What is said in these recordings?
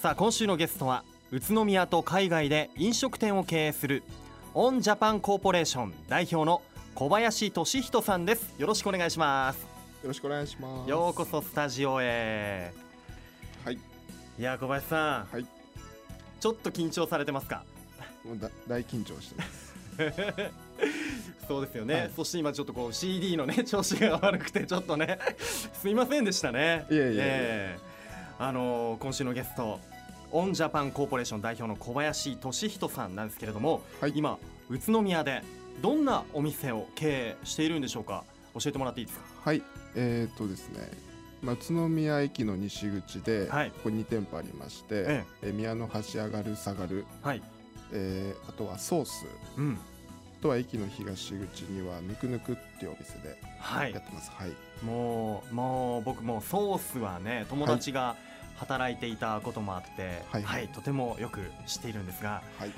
さあ今週のゲストは宇都宮と海外で飲食店を経営するオンジャパンコーポレーション代表の小林俊人さんですよろしくお願いしますよろしくお願いします。ようこそスタジオへはい、いや小林さん、はい、ちょっと緊張されてますかもうだ大緊張してます。 そうですよね、はいそして今ちょっとこう CD のね 調子が悪くてちょっとね すいませんでしたねいえいえいええあのー今週のゲストオンジャパンコーポレーション代表の小林俊人さんなんですけれども、はい今宇都宮でどんなお店を経営しているんでしょうか教えてもらっていいですかはい、えー、っとですね、まあ、宇都宮駅の西口で、はいここ2店舗ありまして、ええー宮の橋上がる下がる、はいえーあとはソース、うんあとは駅の東口にはぬくぬくっていうお店ではいやってます。はい、もうもう僕もソースはね友達が働いていたこともあって、ははいいとてもよく知っているんですがはい、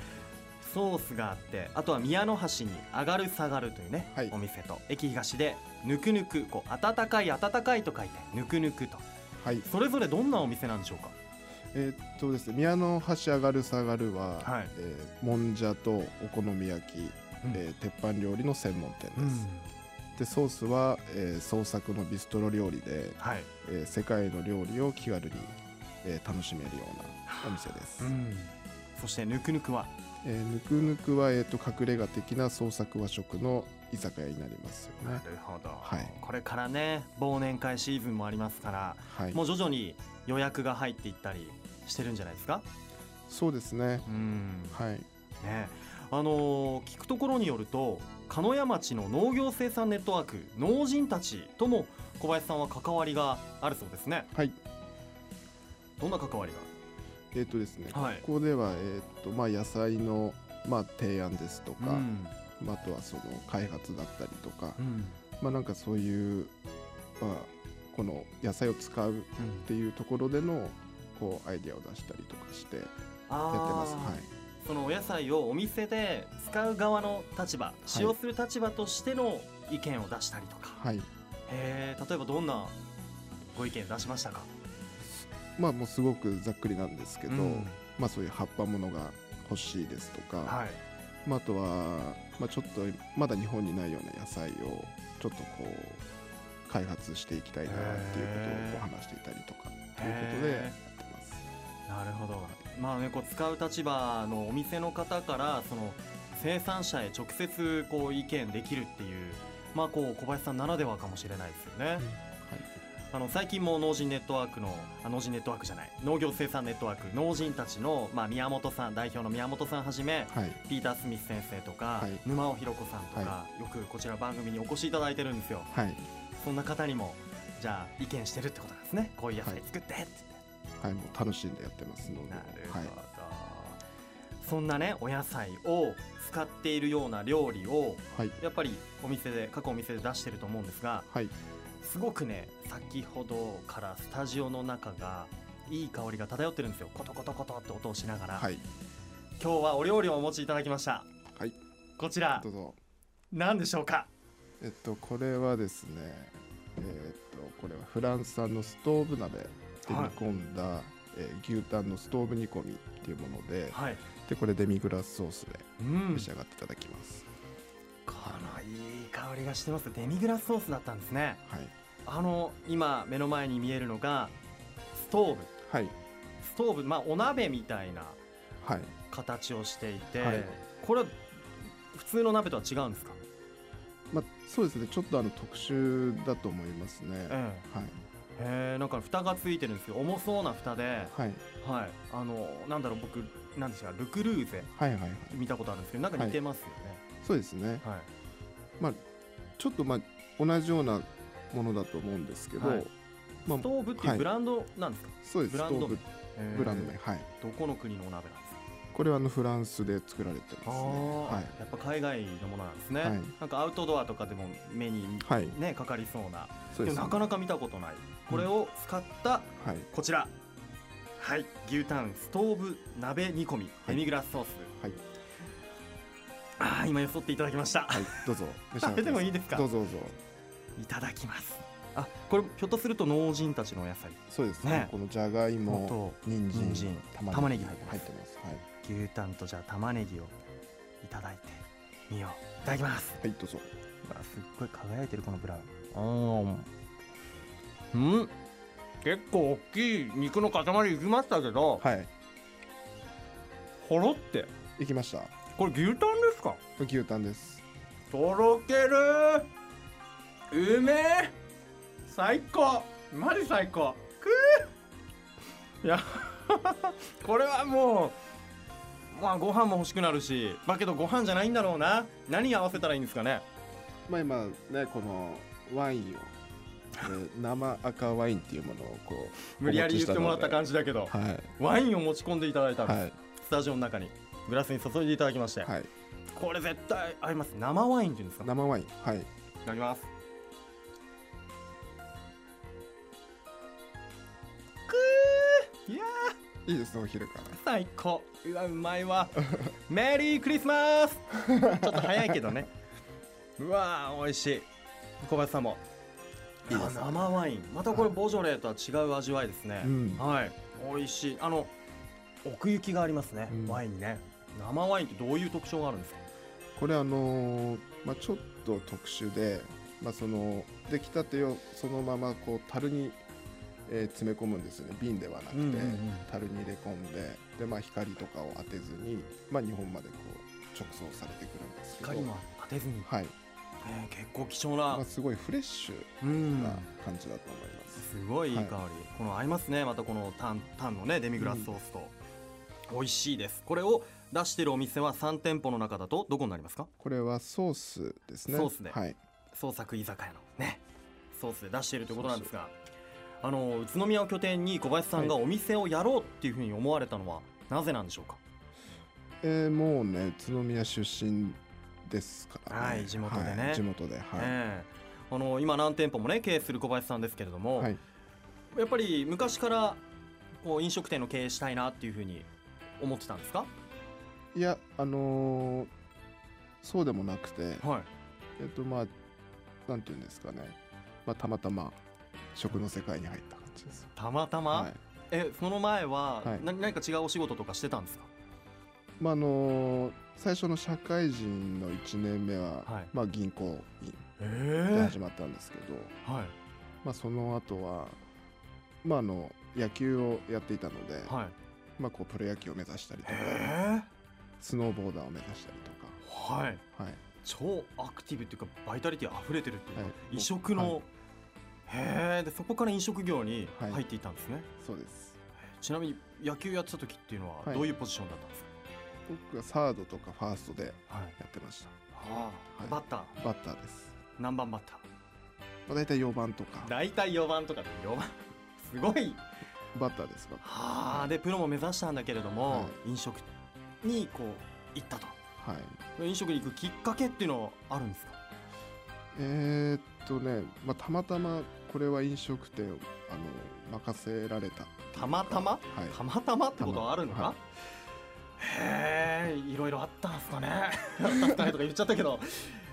ソースがあってあとは宮の橋に上がる下がるというね、はいお店と駅東でぬくぬくこう温かい温かいと書いてぬくぬくとはい、それぞれどんなお店なんでしょうかえー、っとですね、宮の橋上がる下がるは、はいえーもんじゃとお好み焼き、うんえー鉄板料理の専門店です。うんでソースは、えー創作のビストロ料理で、はいえー世界の料理を気軽に、えー楽しめるようなお店です、うんそしてぬくぬくはえーぬくぬくは、えー、と隠れ家的な創作和食の居酒屋になりますよなねる、ほど、はいこれからね忘年会シーズンもありますからはい、もう徐々に予約が入っていったりしてるんじゃないですかそうですねうんはいねあのー聞くところによると鹿屋町の農業生産ネットワーク農人たちとも小林さんは関わりがあるそうですねはいどんな関わりえっ、とですね、はいここでは、えーとまあ、野菜の、まあ、提案ですとがか、まあ、あとはその開発だったりとか、うんうんまあなんかそういう、まあ、この野菜を使うっうんていうところでのこうアイディアを出したりとかしてやってあーますはいそのお野菜をお店で使う側の立場使用する立場としての意見を出したりとか、はいへえ例えばどんなご意見出しましたかまあもうすごくざっくりなんですけど、うんまあそういう葉っぱものが欲しいですとか、はいまあ、あとは、まあ、ちょっとまだ日本にないような野菜をちょっとこう開発していきたいなっていうへーことをこう話していたりとかということでやへってます。なるほど、まあね、こう使う立場のお店の方からその生産者へ直接こう意見できるっていう、まあ、こう小林さんならではかもしれないですよね。あの最近も農人ネットワークのあ農人ネットワークじゃない農業生産ネットワーク農人たちの、まあ、宮本さん代表の宮本さんはじめはい、はい、ピーター・スミス先生とか、はい沼尾弘子さんとか、はよくこちら番組にお越しいただいてるんですよはい、そんな方にもじゃあ意見してるってことなんですねこういう野菜作ってって。はい、もう楽しんでやってますので、なるほはいど、、そんなねお野菜を使っているような料理をはい、やっぱりお店で各お店で出してると思うんですがはい、すごくね先ほどからスタジオの中がいい香りが漂ってるんですよコトコトコトって音をしながら、はい、今日はお料理をお持ちいただきましたはい、こちらどうぞ。何でしょうかえっと、これはですね、えっと、これはフランス産のストーブ鍋で煮はい込んだ、えー牛タンのストーブ煮込みっていうもので、はいで、これデミグラスソースでうん召し上がっていただきます。このいい香りがしてますデミグラスソースだったんですねはい、あの今目の前に見えるのがストーブはい、ストーブ、まあ、お鍋みたいなはい。形をしていて、はいこれは普通の鍋とは違うんですか、まあ、そうですね、ちょっとあの特殊だと思いますね。はい、ええへえなんか蓋がついてるんですよ重そうな蓋で、はい、はい、あのなんだろう僕なんですかルクルーゼはい、はい、はい。見たことあるんですけどなんか似てますよね、そうですね。はいちょっと、まあ、同じようなものだと思うんですけど。はいまあストーブっていうブランドなんですか、そうです。ブスラトンドーブ、へえブランド名、はい。どこの国のお鍋なんですかこれはあのフランスで作られてますあね。ー、はい。やっぱ海外のものなんですね、はいなんかアウトドアとかでも目に、はい。ね、かかりそうなそうででもす、ね。なかなか見たことないこれを使ったはい。こちらはい牛タンストーブ鍋煮込みデミグラスソース、はい。ああ今よそっていただきました、はい。どうぞ。召し上がっ てくださ食べてもいいですかどうぞどうぞ。いただきますあこれひょっとすると農人たちのお野菜そうですねねこのじゃがいもと人参人参玉ねぎ玉ねぎ入入っっててますはい、牛タンとじゃあ玉ねぎをいただいてみよういただきますはい、どうぞうわすっごい輝いてるこのブラウンあーうん結構大きい肉の塊いきましたけど、はいほろって行きましたこれ牛タンですか牛タンですとろけるうめえ最高マジ最高くーいや これはもうまあご飯も欲しくなるしだけどご飯じゃないんだろうな何合わせたらいいんですかねまあ今ねこのワインをえ ー生赤ワインっていうものをこう無理やり言ってもらったら感じだけどはいワインを持ち込んでいただいたんです、はいスタジオの中にグラスに注いでいただきまして、はいこれ絶対合います生ワインっていうんですか生ワインはいいただきますくーいやいいですねお昼からー最高うわうまい わメリークリスマスちょっと早いけどねうわー美味しい小林さんもいいですねあ生ワインまたこれボジョレーとは違う味わいですね、うんはい美味しいあの奥行きがありますね、うんワインにね生ワインってどういう特徴があるんですかこれあのーまあ、ちょっと特殊で、まあ、その出来たてをそのままこう樽に、えー詰め込むんですよね瓶ではなくて、うんうんうん樽に入れ込んでで、まあ、光とかを当てずに、まあ、日本までこう直送されてくるんですけど光も当てずに、はいえー結構貴重な、まあ、すごいフレッシうュんな感じだと思います、すごいいいは香いり、この合いますねまたこのタンタンのねデミグラスソースと、美味しいですこれを出してるお店は3店舗の中だとどこになりますかこれはソースですねソースではい、創作居酒屋のねソースで出しているということなんですがあの宇都宮を拠点に小林さんがお店をやろうっていうふうに思われたのはなぜなんでしょうかえーもうね宇都宮出身ですから、はい地元でねはい地元ではい、ねえあの今何店舗もね経営する小林さんですけれども、はいやっぱり昔からこう飲食店の経営したいなっていうふうに思ってたんですかいやあのーそうでもなくて、はいえっとまあなんていうんですかね、まあ、たまたま食の世界に入った感じですたまたま、はいえその前は、はいな何か違うお仕事とかしてたんですかまああのー最初の社会人の1年目は、はいまあ、銀行員えで始まったんですけど、はいまあ、その後はまああの野球をやっていたので、はいまあ、こうプロ野球を目指したりとか、えスノーボーダーを目指したりはいとか、はい、超アクティブっていうかバイタリティ溢れてるっていうか、はい異色の、へえでそこから飲食業にはい入っていったんですね、そうですちなみに野球やってた時っていうのははいどういうポジションだったんです僕はサードとかファーストでか、はいやってましたああはいバッターバッターです何番バッタまあ、大体4番とかー大体4番とかで4番 すごいバッターですが、はあでプロも目指したんだけれども、は飲食にこう行ったとはい、飲食に行くきっかけっていうのはあるんですかえーっとね、まあ、たまたまこれは飲食店をあの任せられたっていうかたまたまはいたまたまってことはあるのか、はへえいろいろあったんすかねあったんすかねとか言っちゃったけど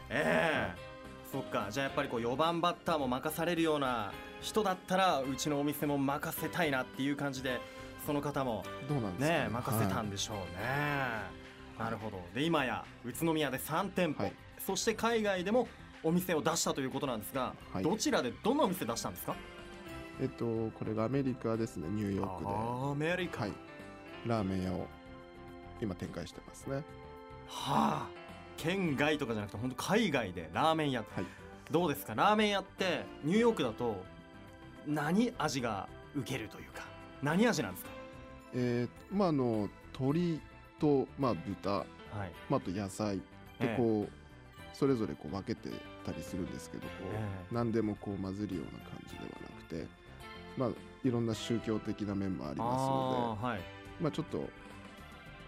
ええそっかじゃあやっぱりこう4番バッターも任されるような人だったらうちのお店も任せたいなっていう感じでその方もどうなんですかね任せたんで、でしょうね、なるほどで今や宇都宮で3店舗、はいそして海外でもお店を出したということなんですが、はいどちらでどんなお店出したんですかえっとこれがアメリカですねニューヨークではアメリカ、いラーメン屋を今展開してますねはあ県外とかじゃなくて本当海外でラーメン屋、はいどうですかラーメン屋ってニューヨークだと何味が受けるというか何味なんですかえーまああの鶏と、まあ、豚、はいまあ、あと野菜でええこう、それぞれこう分けてたりするんですけどこう、ええ何でもこう混ぜるような感じではなくて、まあ、いろんな宗教的な面もありますのであーはい、まあ、ちょっと、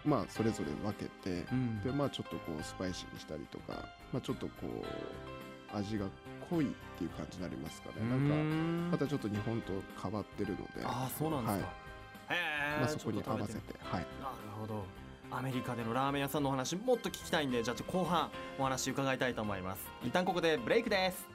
まあ、それぞれ分けて、うんでまあ、ちょっとこうスパイシーにしたりとか、まあ、ちょっとこう味が濃いっていう感じになりますかねうーなんかんまたちょっと日本と変わってるのでああそうなんですか、はいへえ、まあ、そこにちょ合っとわ食べせててはない、るほどアメリカでのラーメン屋さんのお話もっと聞きたいんでじゃあちょっと後半お話伺いたいと思います一旦ここでブレイクです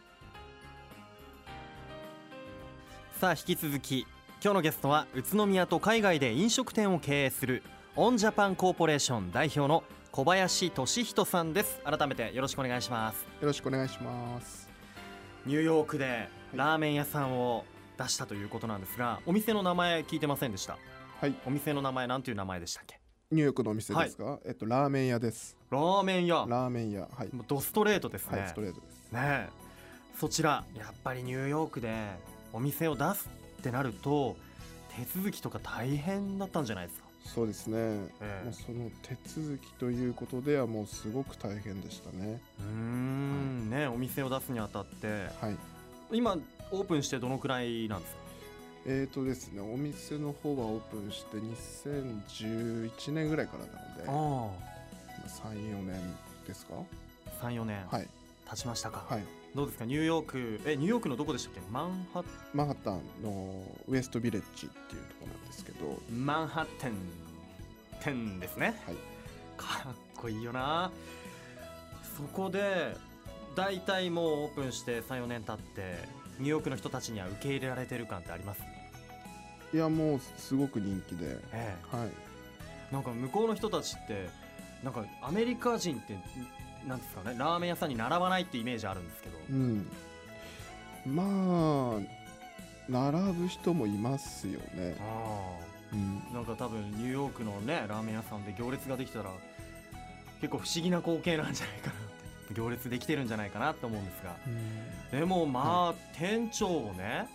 さあ引き続き今日のゲストは宇都宮と海外で飲食店を経営するオンジャパンコーポレーション代表の小林俊人さんです改めてよろしくお願いしますよろしくお願いしますニューヨークでラーメン屋さんを出したということなんですがお店の名前聞いてませんでしたはいお店の名前なんていう名前でしたっけニューヨークのお店ですか、えっとラーメン屋ですラーメン屋ラーメン屋はい、もうドストレートですね、はいストレートですねえそちらやっぱりニューヨークでお店を出すってなると手続きとか大変だったんじゃないですか、そうですねえもうその手続きということではもうすごく大変でしたねえうーんねえお店を出すにあたってはい今オープンしてどのくらいなんですかえーとですねお店の方はオープンして2011年ぐらいからなのでまああ34年ですかあ34年はい経ちましたか、はいどうですかニューヨークえニューヨークのどこでしたっけマンハッマンハッタンのウエストビレッジっていうところなんですけどマンハッテン店ですね、はいかっこいいよなそこで大体もうオープンして34年経ってニューヨークの人たちには受け入れられてる感ってありますいやもうすごく人気でえはいえなんか向こうの人たちってなんかアメリカ人ってなんですかねラーメン屋さんに並ばないってイメージあるんですけどうんまあ並ぶ人もいますよね、あうん、あなんか多分ニューヨークのねラーメン屋さんで行列ができたら結構不思議な光景なんじゃないかなって行列できてるんじゃないかなと思うんですがでもまあ、店長をね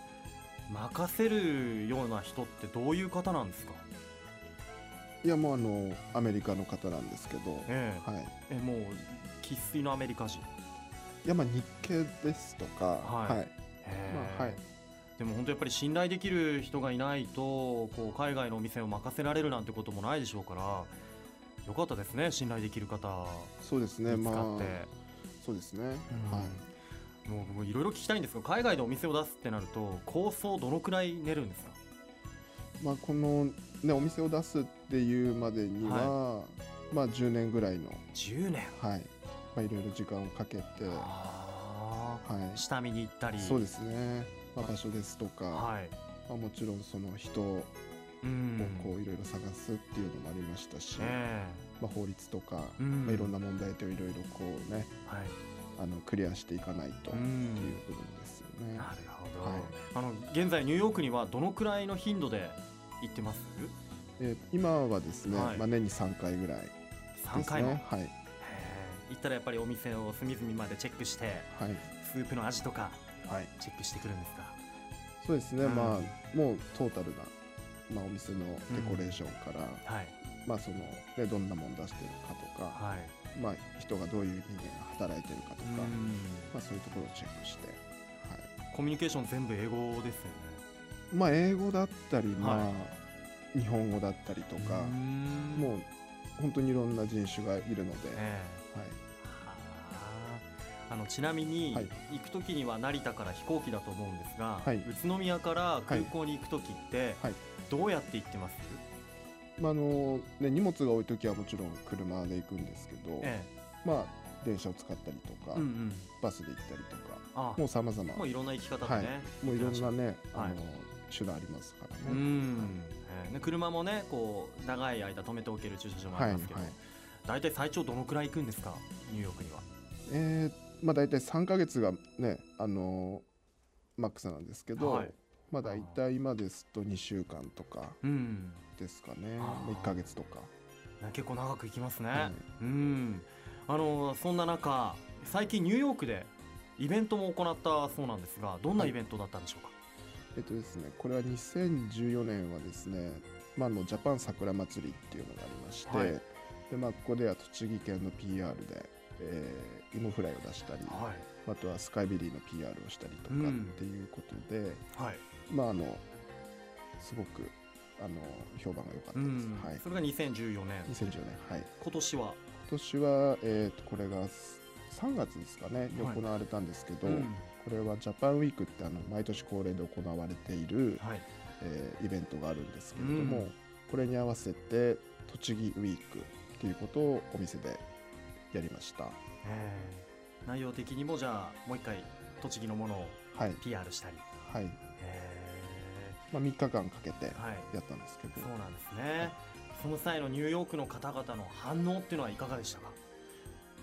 任せるような人ってどういう方なんですかいやもうあのアメリカの方なんですけど、ええはい、えもう生粋のアメリカ人いやまあ日系ですとか、はいはいまあはい、でも本当やっぱり信頼できる人がいないとこう海外のお店を任せられるなんてこともないでしょうからよかったですね信頼できる方そうですね見つまかって、あそうですね、うんはいもうもういろいろ聞きたいんですが海外でお店を出すってなると構想どのくらい練るんですかまあこのねお店を出すっていうまでには、まあ10年ぐらいの10年はいまあいろいろ時間をかけてはあーい下見に行ったりそうですね、まあ、場所ですとか、はいまあ、もちろんその人をうんこういろいろ探すっていうのもありましたし、えまあ、法律とか、えうんまあ、いろんな問題点をいろいろこうねはい、あのクリアしていかないとっうていうん部分ですよね。なるほど、はいあの現在ニューヨークにはどのくらいの頻度で行ってますえー今はですね、はいまあ、年に3回ぐらいで3す回も、ね。はいへえ行ったらやっぱりお店を隅々までチェックしてはいスープの味とかはい、チェックしてくるんですかそうですね、うんまあもうトータルな、まあ、お店のデコレーションから、はいまあそのね、どんなもん出してるかとか、はいまあ、人がどういう人間が働いてるかとか、うんまあ、そういうところをチェックして、はい、コミュニケーション全部英語ですよねまあ英語だったり、まあは日本語だったりとか、んもう本当にいろんな人種がいるので、はい、ええはああのちなみに、はい行く時には成田から飛行機だと思うんですが、はい宇都宮から空港に行く時って、はいどうやって行ってます、まああのね、荷物が多い時はもちろん車で行くんですけど、えまあ、電車を使ったりとえか、うんうんバスで行ったりとかあもうさまざまもうもいろんな生き方でね、ういろんなね、はいあの手段ありますからうね。ん、えーで車もねこう長い間止めておける駐車場もあはりいはますいけど、大体最長どのくらい行くんですかニューヨークにはえーまあ、大体3か月がねあのマックスなんですけど、はいまあ、大体今ですと2週間とかうんですかね、あーまあ、1か月とか。ね結構長く行きますね、はいうんあのそんな中最近ニューヨークでイベントも行ったそうなんですがどんなイベントだったんでしょうか、えっとですね、これは2014年はですね、まあ、あのジャパン桜祭りっていうのがありまして、はいでまあ、ここでは栃木県の PR で、えー、芋フライを出したり、はいあとはスカイベリーの PR をしたりとかうんっていうことで、はいまあ、あのすごくあの評判が良かったうです。んはい、それが2014年2014年、はい、今年は、今年は、えー、とこれが3月ですかね、にはい行われたんですけど、うんこれはジャパンウィークってあの毎年恒例で行われている、はい、えーイベントがあるんですけれども、うんこれに合わせて栃木ウィークっていうことをお店でやりましたえー内容的にもじゃあもう一回栃木のものをはい PR したりはいへまあ、3日間かけてはい、やったんですけどそうなんですね。その際のニューヨークの方々の反応っていうのはいかがでしたか。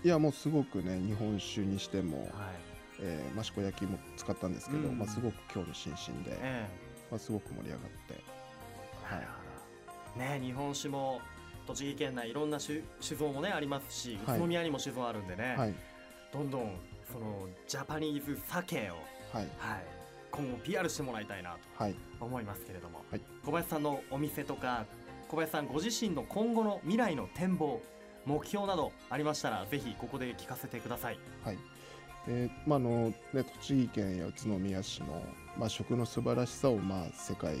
いやもうすごくね日本酒にしても、はい、えー益子焼きも使ったんですけど、うんまあ、すごく興味津々で、えまあ、すごく盛り上がってえ、なるほど。ね、日本酒も栃木県内いろんな酒酒造もねありますし、はい宇都宮にも酒造あるんでね、はいどんどんそのジャパニーズ酒をはいはい今後 PR してもらいたいなはいと思いますけれども、はい小林さんのお店とか小林さんご自身の今後の未来の展望目標などありましたらぜひここで聞かせてください。はいえーまああのね、栃木県や宇都宮市の、まあ、食の素晴らしさを、まあ、世界や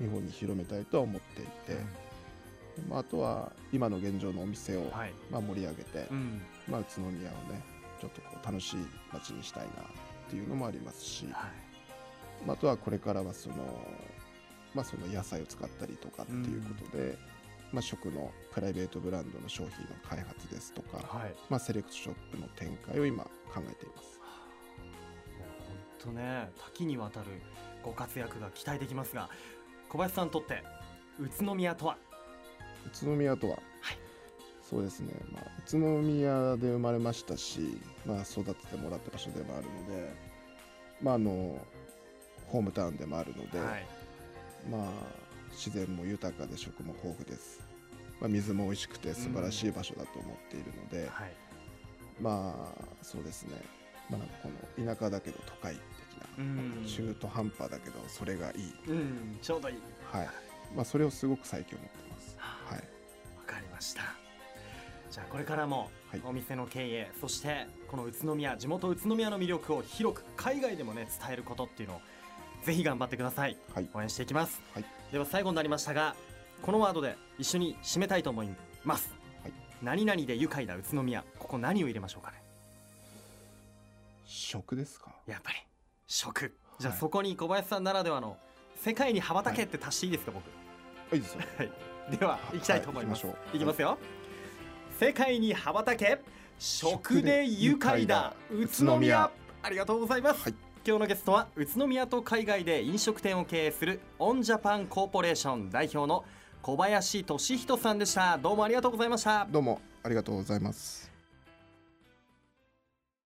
日本に広めたいとは思っていて、まあ、あとは今の現状のお店を、はい、まあ、盛り上げて、うん、まあ、宇都宮をねちょっとこう楽しい街にしたいなっていうのもありますし、はい、まあ、あとはこれからはその,、まあ、その野菜を使ったりとかっていうことで、まあ、食のプライベートブランドの商品の開発ですとか、はい、もうまあ、セレクトショップの展開を今考えています。本当ね、多岐にわたるご活躍が期待できますが、小林さんにとって宇都宮とは、宇都宮とは、そうですね、まあ、宇都宮で生まれましたし、まあ、育ててもらった場所でもあるので、まあ、あのホームタウンでもあるので、はい、まあ、自然も豊かで食も豊富です、まあ、水も美味しくて素晴らしい場所だと思っているので、はい、まあそうですね、まあ、なんかこの田舎だけど都会う的な、ん中途半端だけどそれがいい、うん、ちょうどいい。はいまあ、それをすごく最近思ってます。ははいわかりました。じゃあこれからもはいお店の経営、そしてこの宇都宮地元宇都宮の魅力を広く海外でもね伝えることっていうのをぜひ頑張ってくださいはい応援していきます、はいでは最後になりましたがこのワードで一緒に締めたいと思います、はい何々で愉快な宇都宮ここ何を入れましょうかね食ですかやっぱり食じゃあはいそこに小林さんならではの世界に羽ばたけって足していいですか、僕あいいですよでははい行きたいと思います、はいいき行きまますよ、世界に羽ばたけ食で愉快だ宇宇都都宮宮ありがとうございます、はい今日のゲストは宇都宮と海外で飲食店を経営するオンジャパンコーポレーション代表の小林俊人さんでしたどうもありがとうございましたどうもありがとうございます